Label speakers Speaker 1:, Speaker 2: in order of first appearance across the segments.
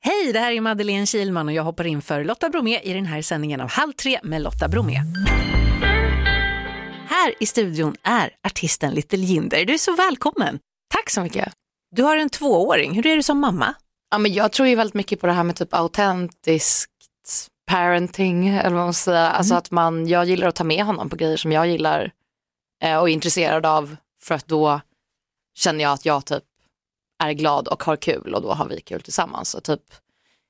Speaker 1: Hej, det här är Madeleine Kilman och jag hoppar in för Lotta Bromé i den här sändningen av Halv tre med Lotta Bromé. Här i studion är artisten Little Jinder. Du är så välkommen.
Speaker 2: Tack så mycket.
Speaker 1: Du har en tvååring. Hur är du som mamma?
Speaker 2: Ja, men jag tror ju väldigt mycket på det här med typ autentiskt parenting, eller vad man ska säga. Alltså
Speaker 1: Mm.
Speaker 2: att man, jag gillar att ta med honom på grejer som jag gillar eh, och är intresserad av för att då känner jag att jag typ är glad och har kul och då har vi kul tillsammans. Och typ,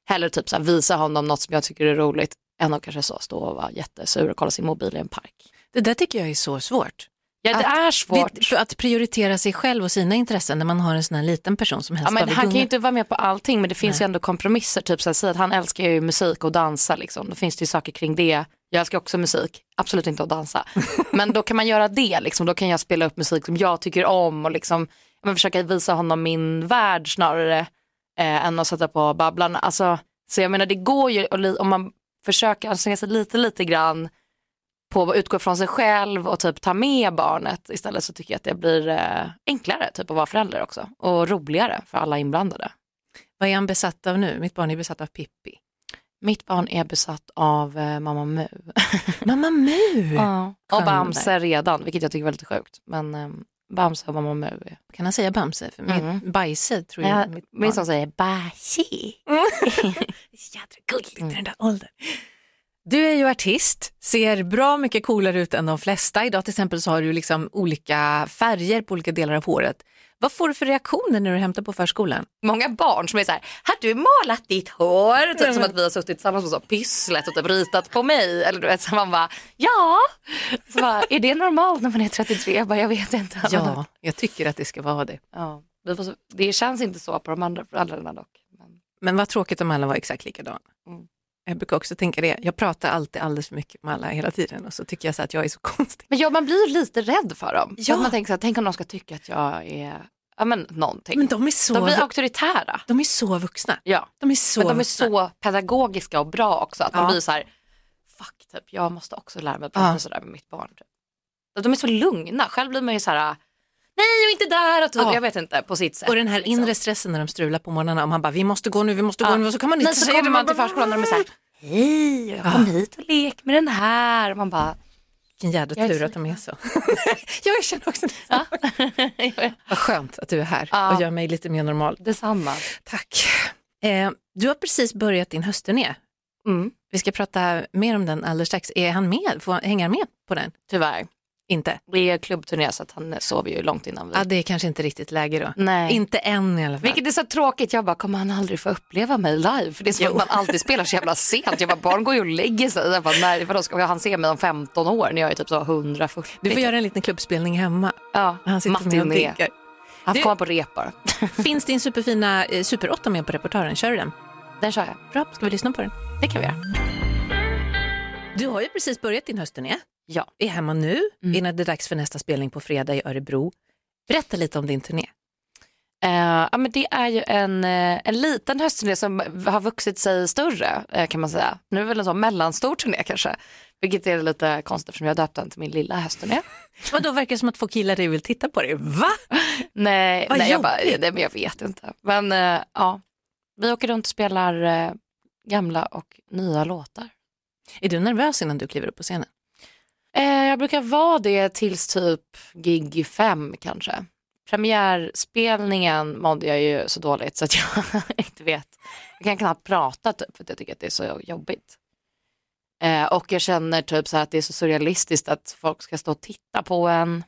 Speaker 2: hellre typ så här visa honom något som jag tycker är roligt än att kanske så stå och vara jättesur och kolla sin mobil i en park.
Speaker 1: Det där tycker jag är så svårt.
Speaker 2: Ja, det
Speaker 1: Att-
Speaker 2: är svårt.
Speaker 1: Det- för att prioritera sig själv och sina intressen när man har en sån här liten person som helst
Speaker 2: Ja, men
Speaker 1: bara vill
Speaker 2: han kan ju
Speaker 1: gunga.
Speaker 2: inte vara med på allting men det finns ju ändå kompromisser. Typ så här, säg att han älskar ju musik och dansa liksom. Då finns det ju saker kring det. Jag älskar också musik, absolut inte att dansa. Men då kan man göra det liksom. Då kan jag spela upp musik som jag tycker om och liksom ja, men försöka visa honom min värld snarare eh, än att sätta på babblarna. Alltså, så jag menar det går ju att li- om man försöker anstränga sig lite lite grann på att utgå från sig själv och typ ta med barnet istället så tycker jag att det blir eh, enklare typ att vara förälder också och roligare för alla inblandade.
Speaker 1: Vad är han besatt av nu? Mitt barn är besatt av Pippi.
Speaker 2: Mitt barn är besatt av eh, Mamma Mu.
Speaker 1: Mamma Mu!
Speaker 2: Ja.
Speaker 1: Skön den där.
Speaker 2: Och Bamse redan, vilket jag tycker är lite sjukt. Men eh, Bamse och Mamma Mu. är-
Speaker 1: Kan han säga Bamse? För mitt
Speaker 2: Mm.
Speaker 1: Bajse tror jag.
Speaker 2: Ja,
Speaker 1: mitt barn.
Speaker 2: Min son säger Bashi.
Speaker 1: Det är så jädra gulligt
Speaker 2: Mm.
Speaker 1: i den där åldern. Du är ju artist, ser bra mycket coolare ut än de flesta. Idag till exempel så har du liksom olika färger på olika delar av håret. Vad får du för reaktioner när du hämtar på förskolan?
Speaker 2: många barn som är så här, har du målat ditt hår? Typ som att vi har suttit tillsammans och så pysslat och typ ritat på mig. Eller du vet, så man bara, ja. Så bara, är det normalt när man är 33? Jag bara, jag vet inte.
Speaker 1: Ja, jag tycker att det ska vara det.
Speaker 2: ja vi får, se. det känns inte så på de andra föräldrarna dock. Men,
Speaker 1: Men vad tråkigt om alla var exakt likadana.
Speaker 2: Mm.
Speaker 1: Jag brukar också tänka det, jag pratar alltid alldeles för mycket med alla hela tiden och så tycker jag så att jag är så konstig.
Speaker 2: men ja, man blir ju lite rädd för dem.
Speaker 1: Ja.
Speaker 2: Ja. Att man tänker så här, tänk om de ska tycka att jag är, ja men någonting.
Speaker 1: Men de är så,
Speaker 2: de blir auktoritära.
Speaker 1: de är så vuxna.
Speaker 2: Ja.
Speaker 1: De är så
Speaker 2: Men de är
Speaker 1: vuxna.
Speaker 2: så pedagogiska och bra också. Att
Speaker 1: Ja.
Speaker 2: man blir så här, fuck typ, jag måste också lära mig att prata
Speaker 1: Ja.
Speaker 2: sådär med mitt barn. Typ. Att De är så lugna, själv blir man ju så här, nej och inte där och typ,
Speaker 1: Ja.
Speaker 2: jag vet inte, på sitt sätt.
Speaker 1: Och den här
Speaker 2: liksom.
Speaker 1: inre stressen när de strular på morgnarna och man bara vi måste gå nu, vi måste gå
Speaker 2: Ja.
Speaker 1: nu och så kan man inte
Speaker 2: Nej, så
Speaker 1: säga
Speaker 2: kommer man till förskolan och de är så här, hej, jag kom hit och lek med den här. Och man bara,
Speaker 1: Vilken jädra
Speaker 2: Jag är
Speaker 1: tur
Speaker 2: så
Speaker 1: att de är så. jag känner också det.
Speaker 2: ja,
Speaker 1: Vad skönt att du är här
Speaker 2: Ja.
Speaker 1: och gör mig lite mer normal.
Speaker 2: detsamma.
Speaker 1: Tack. Eh, du har precis börjat din höstturné.
Speaker 2: Mm,
Speaker 1: Vi ska prata mer om den alldeles strax. Är han med? Får, han- hänger han med på den?
Speaker 2: tyvärr.
Speaker 1: Inte?
Speaker 2: Det är klubbturné så att han sover ju långt innan vi.
Speaker 1: Ja, det är kanske inte riktigt läge då.
Speaker 2: nej.
Speaker 1: Inte än i alla fall.
Speaker 2: Vilket är så tråkigt, jag bara kommer han aldrig få uppleva mig live? För det är som att man alltid spelar så jävla sent. Jag bara barn går ju och lägger sig. Jag bara, nej, vadå ska han se mig om 15 år när jag är typ så 140?
Speaker 1: Du får göra en liten klubbspelning hemma.
Speaker 2: ja,
Speaker 1: Han sitter med och
Speaker 2: matiné.
Speaker 1: diggar.
Speaker 2: Han
Speaker 1: Du-
Speaker 2: får komma på rep bara.
Speaker 1: Finns din superfina eh, Super 8 med på repertoaren? Kör du den?
Speaker 2: Den kör jag.
Speaker 1: Bra, ska vi lyssna på den?
Speaker 2: Det kan vi göra.
Speaker 1: Du har ju precis börjat din höstturné.
Speaker 2: Ja.
Speaker 1: Är hemma nu
Speaker 2: Mm.
Speaker 1: innan det är dags för nästa spelning på fredag i Örebro. Berätta lite om din turné.
Speaker 2: Eh, ja, men det är ju en, eh, en liten höstturné som har vuxit sig större eh, kan man säga. Nu är det väl en sån mellanstor turné kanske. Vilket är lite konstigt eftersom jag döpt den till min lilla höstturné.
Speaker 1: Vad då verkar det som att få killar vill titta på dig? Va?
Speaker 2: Nej,
Speaker 1: Vad
Speaker 2: nej jag, bara,
Speaker 1: jobbigt.
Speaker 2: nej men jag vet inte. Men eh, ja, vi åker runt och spelar eh, gamla och nya låtar.
Speaker 1: Är du nervös innan du kliver upp på scenen?
Speaker 2: Eh, jag brukar vara det tills typ gig fem kanske. Premiärspelningen mådde jag ju så dåligt så att jag inte vet. Jag kan knappt prata typ för att jag tycker att det är så jobbigt. Eh, och jag känner typ så här att det är så surrealistiskt att folk ska stå och titta på en.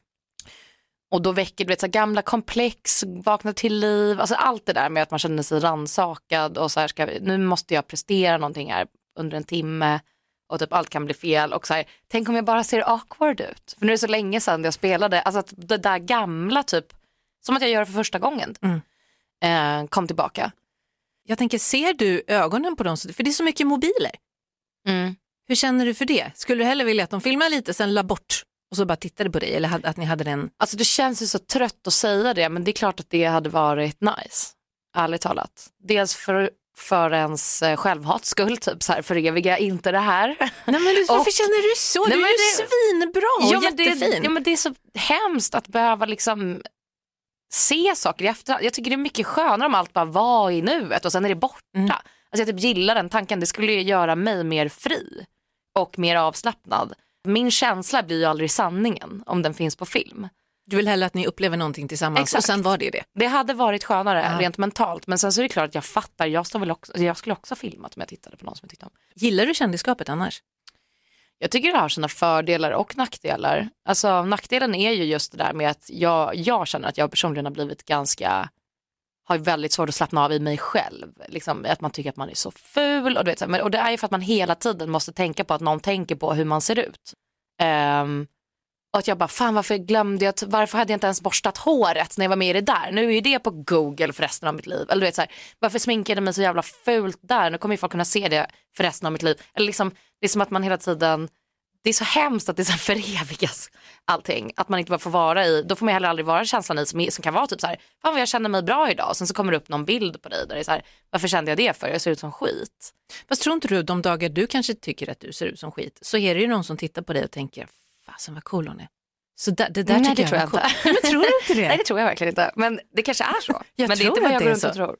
Speaker 2: Och då väcker du vet, så här, gamla komplex, vakna till liv, alltså allt det där med att man känner sig rannsakad och så här, ska, vi- nu måste jag prestera någonting här under en timme och typ allt kan bli fel och så här, tänk om jag bara ser awkward ut. För nu är det så länge sedan jag spelade, alltså att det där gamla typ, som att jag gör det för första gången,
Speaker 1: Mm.
Speaker 2: eh, kom tillbaka.
Speaker 1: Jag tänker, ser du ögonen på dem? som- För det är så mycket mobiler.
Speaker 2: Mm.
Speaker 1: Hur känner du för det? Skulle du hellre vilja att de filmar lite, sen la bort och så bara tittade på dig? Eller hade- att ni hade den?
Speaker 2: Alltså det känns ju så trött att säga det, men det är klart att det hade varit nice. Ärligt talat. Dels för, för ens eh, självhats skull, typ så här, för eviga inte det här.
Speaker 1: Nej, men
Speaker 2: varför
Speaker 1: känner du så?
Speaker 2: Du är ju
Speaker 1: svinbra
Speaker 2: men Det, ja, men det är så hemskt att behöva liksom se saker i efterhand. Jag tycker det är mycket skönare om allt bara var i nuet och sen är det borta. Alltså jag typ gillar den tanken, det skulle ju göra mig mer fri och mer avslappnad. Min känsla blir ju aldrig sanningen om den finns på film.
Speaker 1: Du vill hellre att ni upplever någonting tillsammans
Speaker 2: Exakt.
Speaker 1: och sen var det det.
Speaker 2: Det hade varit skönare
Speaker 1: Ja.
Speaker 2: rent mentalt men sen så är det klart att jag fattar, jag, står väl också, jag skulle också ha filmat om jag tittade på någon som jag tyckte om.
Speaker 1: Gillar du kändisskapet annars?
Speaker 2: Jag tycker det har sina fördelar och nackdelar. Alltså nackdelen är ju just det där med att jag, jag känner att jag personligen har blivit ganska, har väldigt svårt att slappna av i mig själv. Liksom, att man tycker att man är så ful och, du vet, så här, men, och det är ju för att man hela tiden måste tänka på att någon tänker på hur man ser ut. Ehm, och att jag bara, fan varför glömde jag, varför hade jag inte ens borstat håret när jag var med i det där? Nu är ju det på Google för resten av mitt liv. Eller du vet så här, varför sminkade jag mig så jävla fult där? Nu kommer ju folk kunna se det för resten av mitt liv. Eller liksom, det är som att man hela tiden, det är så hemskt att det så här förevigas allting. Att man inte bara får vara i, då får man heller aldrig vara känslan i som, är- som kan vara typ så här, fan vad jag känner mig bra idag. Och sen så kommer det upp någon bild på dig där det är så här, varför kände jag det för? Jag ser ut som skit.
Speaker 1: Fast tror inte du de dagar du kanske tycker att du ser ut som skit så är det ju någon som tittar på dig och tänker fasen vad cool hon är. Så där, det där
Speaker 2: Nej, det
Speaker 1: tycker
Speaker 2: tror
Speaker 1: jag,
Speaker 2: jag
Speaker 1: var
Speaker 2: inte.
Speaker 1: coolt. Men tror du inte det?
Speaker 2: Nej det tror jag verkligen inte, men det kanske är så.
Speaker 1: Jag
Speaker 2: men det är
Speaker 1: tror
Speaker 2: inte vad
Speaker 1: att
Speaker 2: jag
Speaker 1: det
Speaker 2: går
Speaker 1: är
Speaker 2: runt och
Speaker 1: så.
Speaker 2: tror.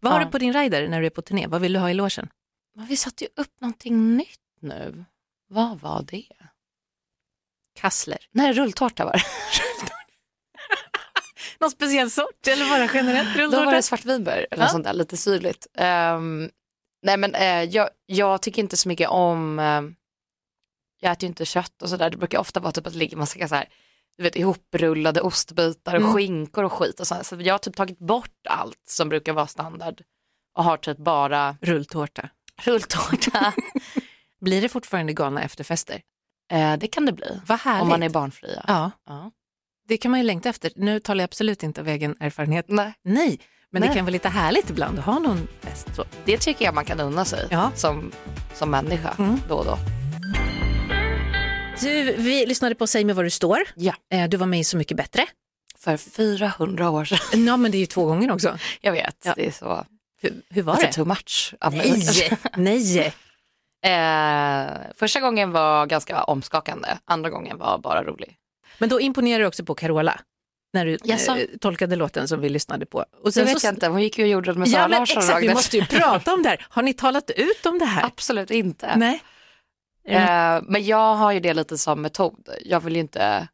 Speaker 1: Vad har
Speaker 2: Ja.
Speaker 1: du på din rider när du är på turné? Vad vill du ha i logen?
Speaker 2: Men vi satte ju upp någonting nytt nu. Vad var det?
Speaker 1: Kassler.
Speaker 2: Nej, rulltårta var det.
Speaker 1: Någon speciell sort eller bara generellt
Speaker 2: Då var det
Speaker 1: rulltårta?
Speaker 2: svartvinbär eller
Speaker 1: Ja.
Speaker 2: något sånt där, lite syrligt. Ehm, nej men eh, jag, jag tycker inte så mycket om, ehm, jag äter ju inte kött och sådär, det brukar ofta vara typ att det ligger massa så här, du vet, ihoprullade ostbitar och
Speaker 1: Mm.
Speaker 2: skinkor och skit och sånt. Så jag har typ tagit bort allt som brukar vara standard och har typ bara
Speaker 1: Rulltårta.
Speaker 2: rulltårta.
Speaker 1: Blir det fortfarande galna efterfester?
Speaker 2: Eh, det kan det bli,
Speaker 1: Vad härligt.
Speaker 2: om man är barnfria.
Speaker 1: Ja,
Speaker 2: Ja.
Speaker 1: det kan man ju längta efter. Nu talar jag absolut inte av egen erfarenhet.
Speaker 2: Nej.
Speaker 1: Nej, men det
Speaker 2: Nej.
Speaker 1: kan vara lite härligt ibland att ha någon fest. Så.
Speaker 2: Det tycker jag man kan unna sig
Speaker 1: Ja.
Speaker 2: som, som människa
Speaker 1: Mm.
Speaker 2: då och då.
Speaker 1: Du, vi lyssnade på Säg mig var du står.
Speaker 2: Ja.
Speaker 1: Eh, Du var med i Så mycket bättre.
Speaker 2: För 400 år sedan.
Speaker 1: Ja, men det är ju två gånger också.
Speaker 2: Jag vet,
Speaker 1: Ja.
Speaker 2: det är så
Speaker 1: Hur, hur var
Speaker 2: lite
Speaker 1: det?
Speaker 2: too much av mig.
Speaker 1: Nej, nej.
Speaker 2: Eh, första gången var ganska omskakande, andra gången var bara rolig.
Speaker 1: Men då imponerar du också på Carola. När du
Speaker 2: Jaså?
Speaker 1: eh, tolkade låten som vi lyssnade på. Och
Speaker 2: Det vet
Speaker 1: så-
Speaker 2: jag inte, hon gick ju och gjorde det med Sara
Speaker 1: Ja, men
Speaker 2: Larsson.
Speaker 1: exakt,
Speaker 2: rakt
Speaker 1: vi
Speaker 2: efter.
Speaker 1: måste ju prata om det här. Har ni talat ut om det här?
Speaker 2: Absolut inte.
Speaker 1: Nej. Är det
Speaker 2: Eh, men jag har ju det lite som metod. Jag vill ju inte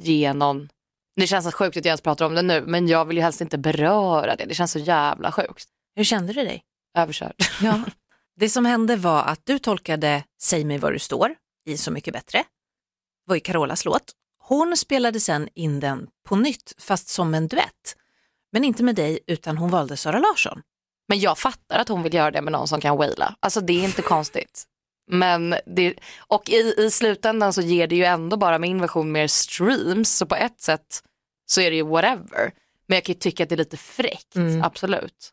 Speaker 2: ge någon, det känns så sjukt att jag ens pratar om det nu, men jag vill ju helst inte beröra det. Det känns så jävla sjukt.
Speaker 1: Hur kände du dig?
Speaker 2: Överkörd.
Speaker 1: Ja. Det som hände var att du tolkade Säg mig var du står i Så mycket bättre. var ju Carolas låt. Hon spelade sen in den på nytt, fast som en duett. Men inte med dig, utan hon valde Sara Larsson.
Speaker 2: Men jag fattar att hon vill göra det med någon som kan waila. Alltså det är inte konstigt. Men det, och i, i slutändan så ger det ju ändå bara min version mer streams. Så på ett sätt så är det ju whatever. Men jag kan ju tycka att det är lite fräckt,
Speaker 1: Mm.
Speaker 2: absolut.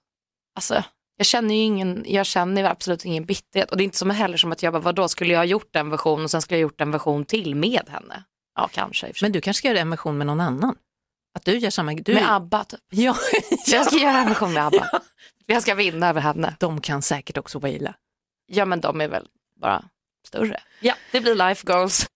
Speaker 2: Alltså jag känner ju ingen, jag känner ju absolut ingen bitterhet. Och det är inte som heller som att jag bara, vadå skulle jag ha gjort en version och sen skulle jag ha gjort en version till med henne? Ja kanske i och för sig.
Speaker 1: Men du kanske ska göra en version med någon annan? Att du gör samma... Du...
Speaker 2: Med ABBA typ.
Speaker 1: ja,
Speaker 2: Jag ska göra en version med ABBA. Jag ska vinna över henne.
Speaker 1: de kan säkert också waila.
Speaker 2: Ja men de är väl bara större. Ja, det blir life goals.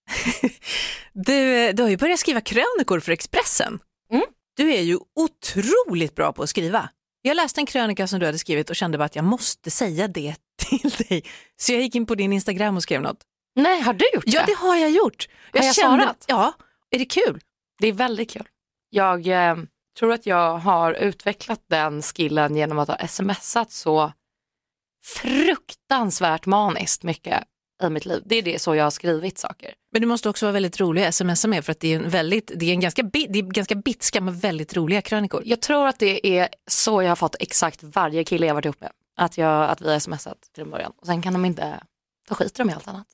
Speaker 1: Du, eh, du har ju börjat skriva krönikor för Expressen.
Speaker 2: Mm.
Speaker 1: Du är ju otroligt bra på att skriva. Jag läste en krönika som du hade skrivit och kände bara att jag måste säga det till dig. Så jag gick in på din Instagram och skrev något.
Speaker 2: Nej, har du gjort
Speaker 1: Ja, det har jag gjort.
Speaker 2: Har jag svarat?
Speaker 1: Ja, är det kul?
Speaker 2: Det är väldigt kul. Jag eh, tror att jag har utvecklat den skillen genom att ha smsat så fruktansvärt maniskt mycket i mitt liv. Det är det så jag har skrivit saker.
Speaker 1: Men du måste också vara väldigt rolig att smsa med för att det är en väldigt, det är en ganska, bi- det är ganska bitska men väldigt roliga krönikor.
Speaker 2: Jag tror att det är så jag har fått exakt varje kille jag varit ihop med. Att, jag, att vi har smsat till en början. Och sen kan de inte, då skiter de i allt annat.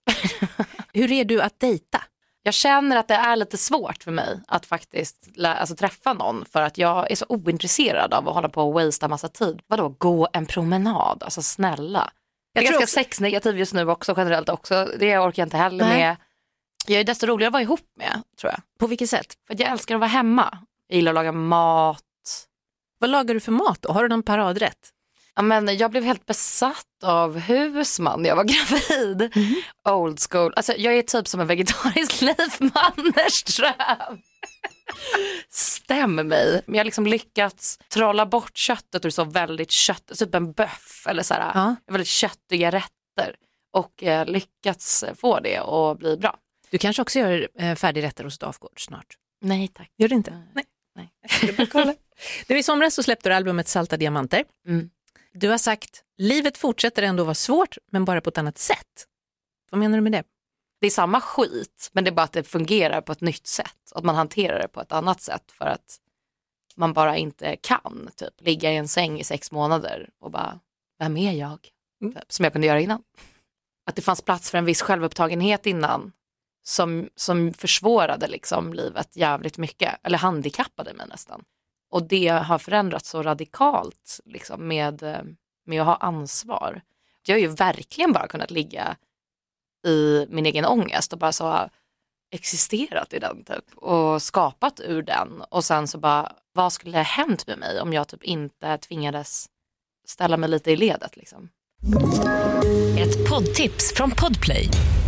Speaker 1: Hur är du att dejta?
Speaker 2: Jag känner att det är lite svårt för mig att faktiskt lä- alltså, träffa någon för att jag är så ointresserad av att hålla på och wastea massa tid. Vadå gå en promenad, alltså snälla. Jag,
Speaker 1: Jag
Speaker 2: är
Speaker 1: tror
Speaker 2: ganska
Speaker 1: också-
Speaker 2: sexnegativ just nu också generellt också. Det orkar jag inte heller
Speaker 1: Nej.
Speaker 2: med. Jag är desto roligare att vara ihop med tror jag.
Speaker 1: På vilket sätt?
Speaker 2: För att jag älskar att vara hemma. Jag gillar att laga mat.
Speaker 1: Vad lagar du för mat då? Har du någon paradrätt?
Speaker 2: Ja, men jag blev helt besatt av husman när jag var gravid. Old school. Alltså, jag är typ som en vegetarisk Leif Mannerström. Stäm mig. Men jag har liksom lyckats trolla bort köttet och så väldigt kött, typ en böff eller så här,
Speaker 1: Ja.
Speaker 2: väldigt köttiga rätter och eh, lyckats få det och bli bra.
Speaker 1: Du kanske också gör eh, färdigrätter hos Dafgård snart?
Speaker 2: Nej tack.
Speaker 1: Gör du inte?
Speaker 2: Nej. Nej.
Speaker 1: Jag bara kolla. du, I somras så släppte du albumet Salta diamanter.
Speaker 2: Mm.
Speaker 1: Du har sagt, livet fortsätter ändå vara svårt men bara på ett annat sätt. Vad menar du med det?
Speaker 2: Det är samma skit men det är bara att det fungerar på ett nytt sätt. Att man hanterar det på ett annat sätt för att man bara inte kan typ, ligga i en säng i sex månader och bara, vem är jag?
Speaker 1: Mm.
Speaker 2: Typ, som jag kunde göra innan. Att det fanns plats för en viss självupptagenhet innan som, som försvårade liksom, livet jävligt mycket, eller handikappade mig nästan. Och det har förändrats så radikalt liksom, med, eh, med att ha ansvar. Jag har ju verkligen bara kunnat ligga i min egen ångest och bara så här existerat i den typ och skapat ur den och sen så bara vad skulle ha hänt med mig om jag typ inte tvingades ställa mig lite i ledet liksom.
Speaker 3: Ett poddtips från Podplay.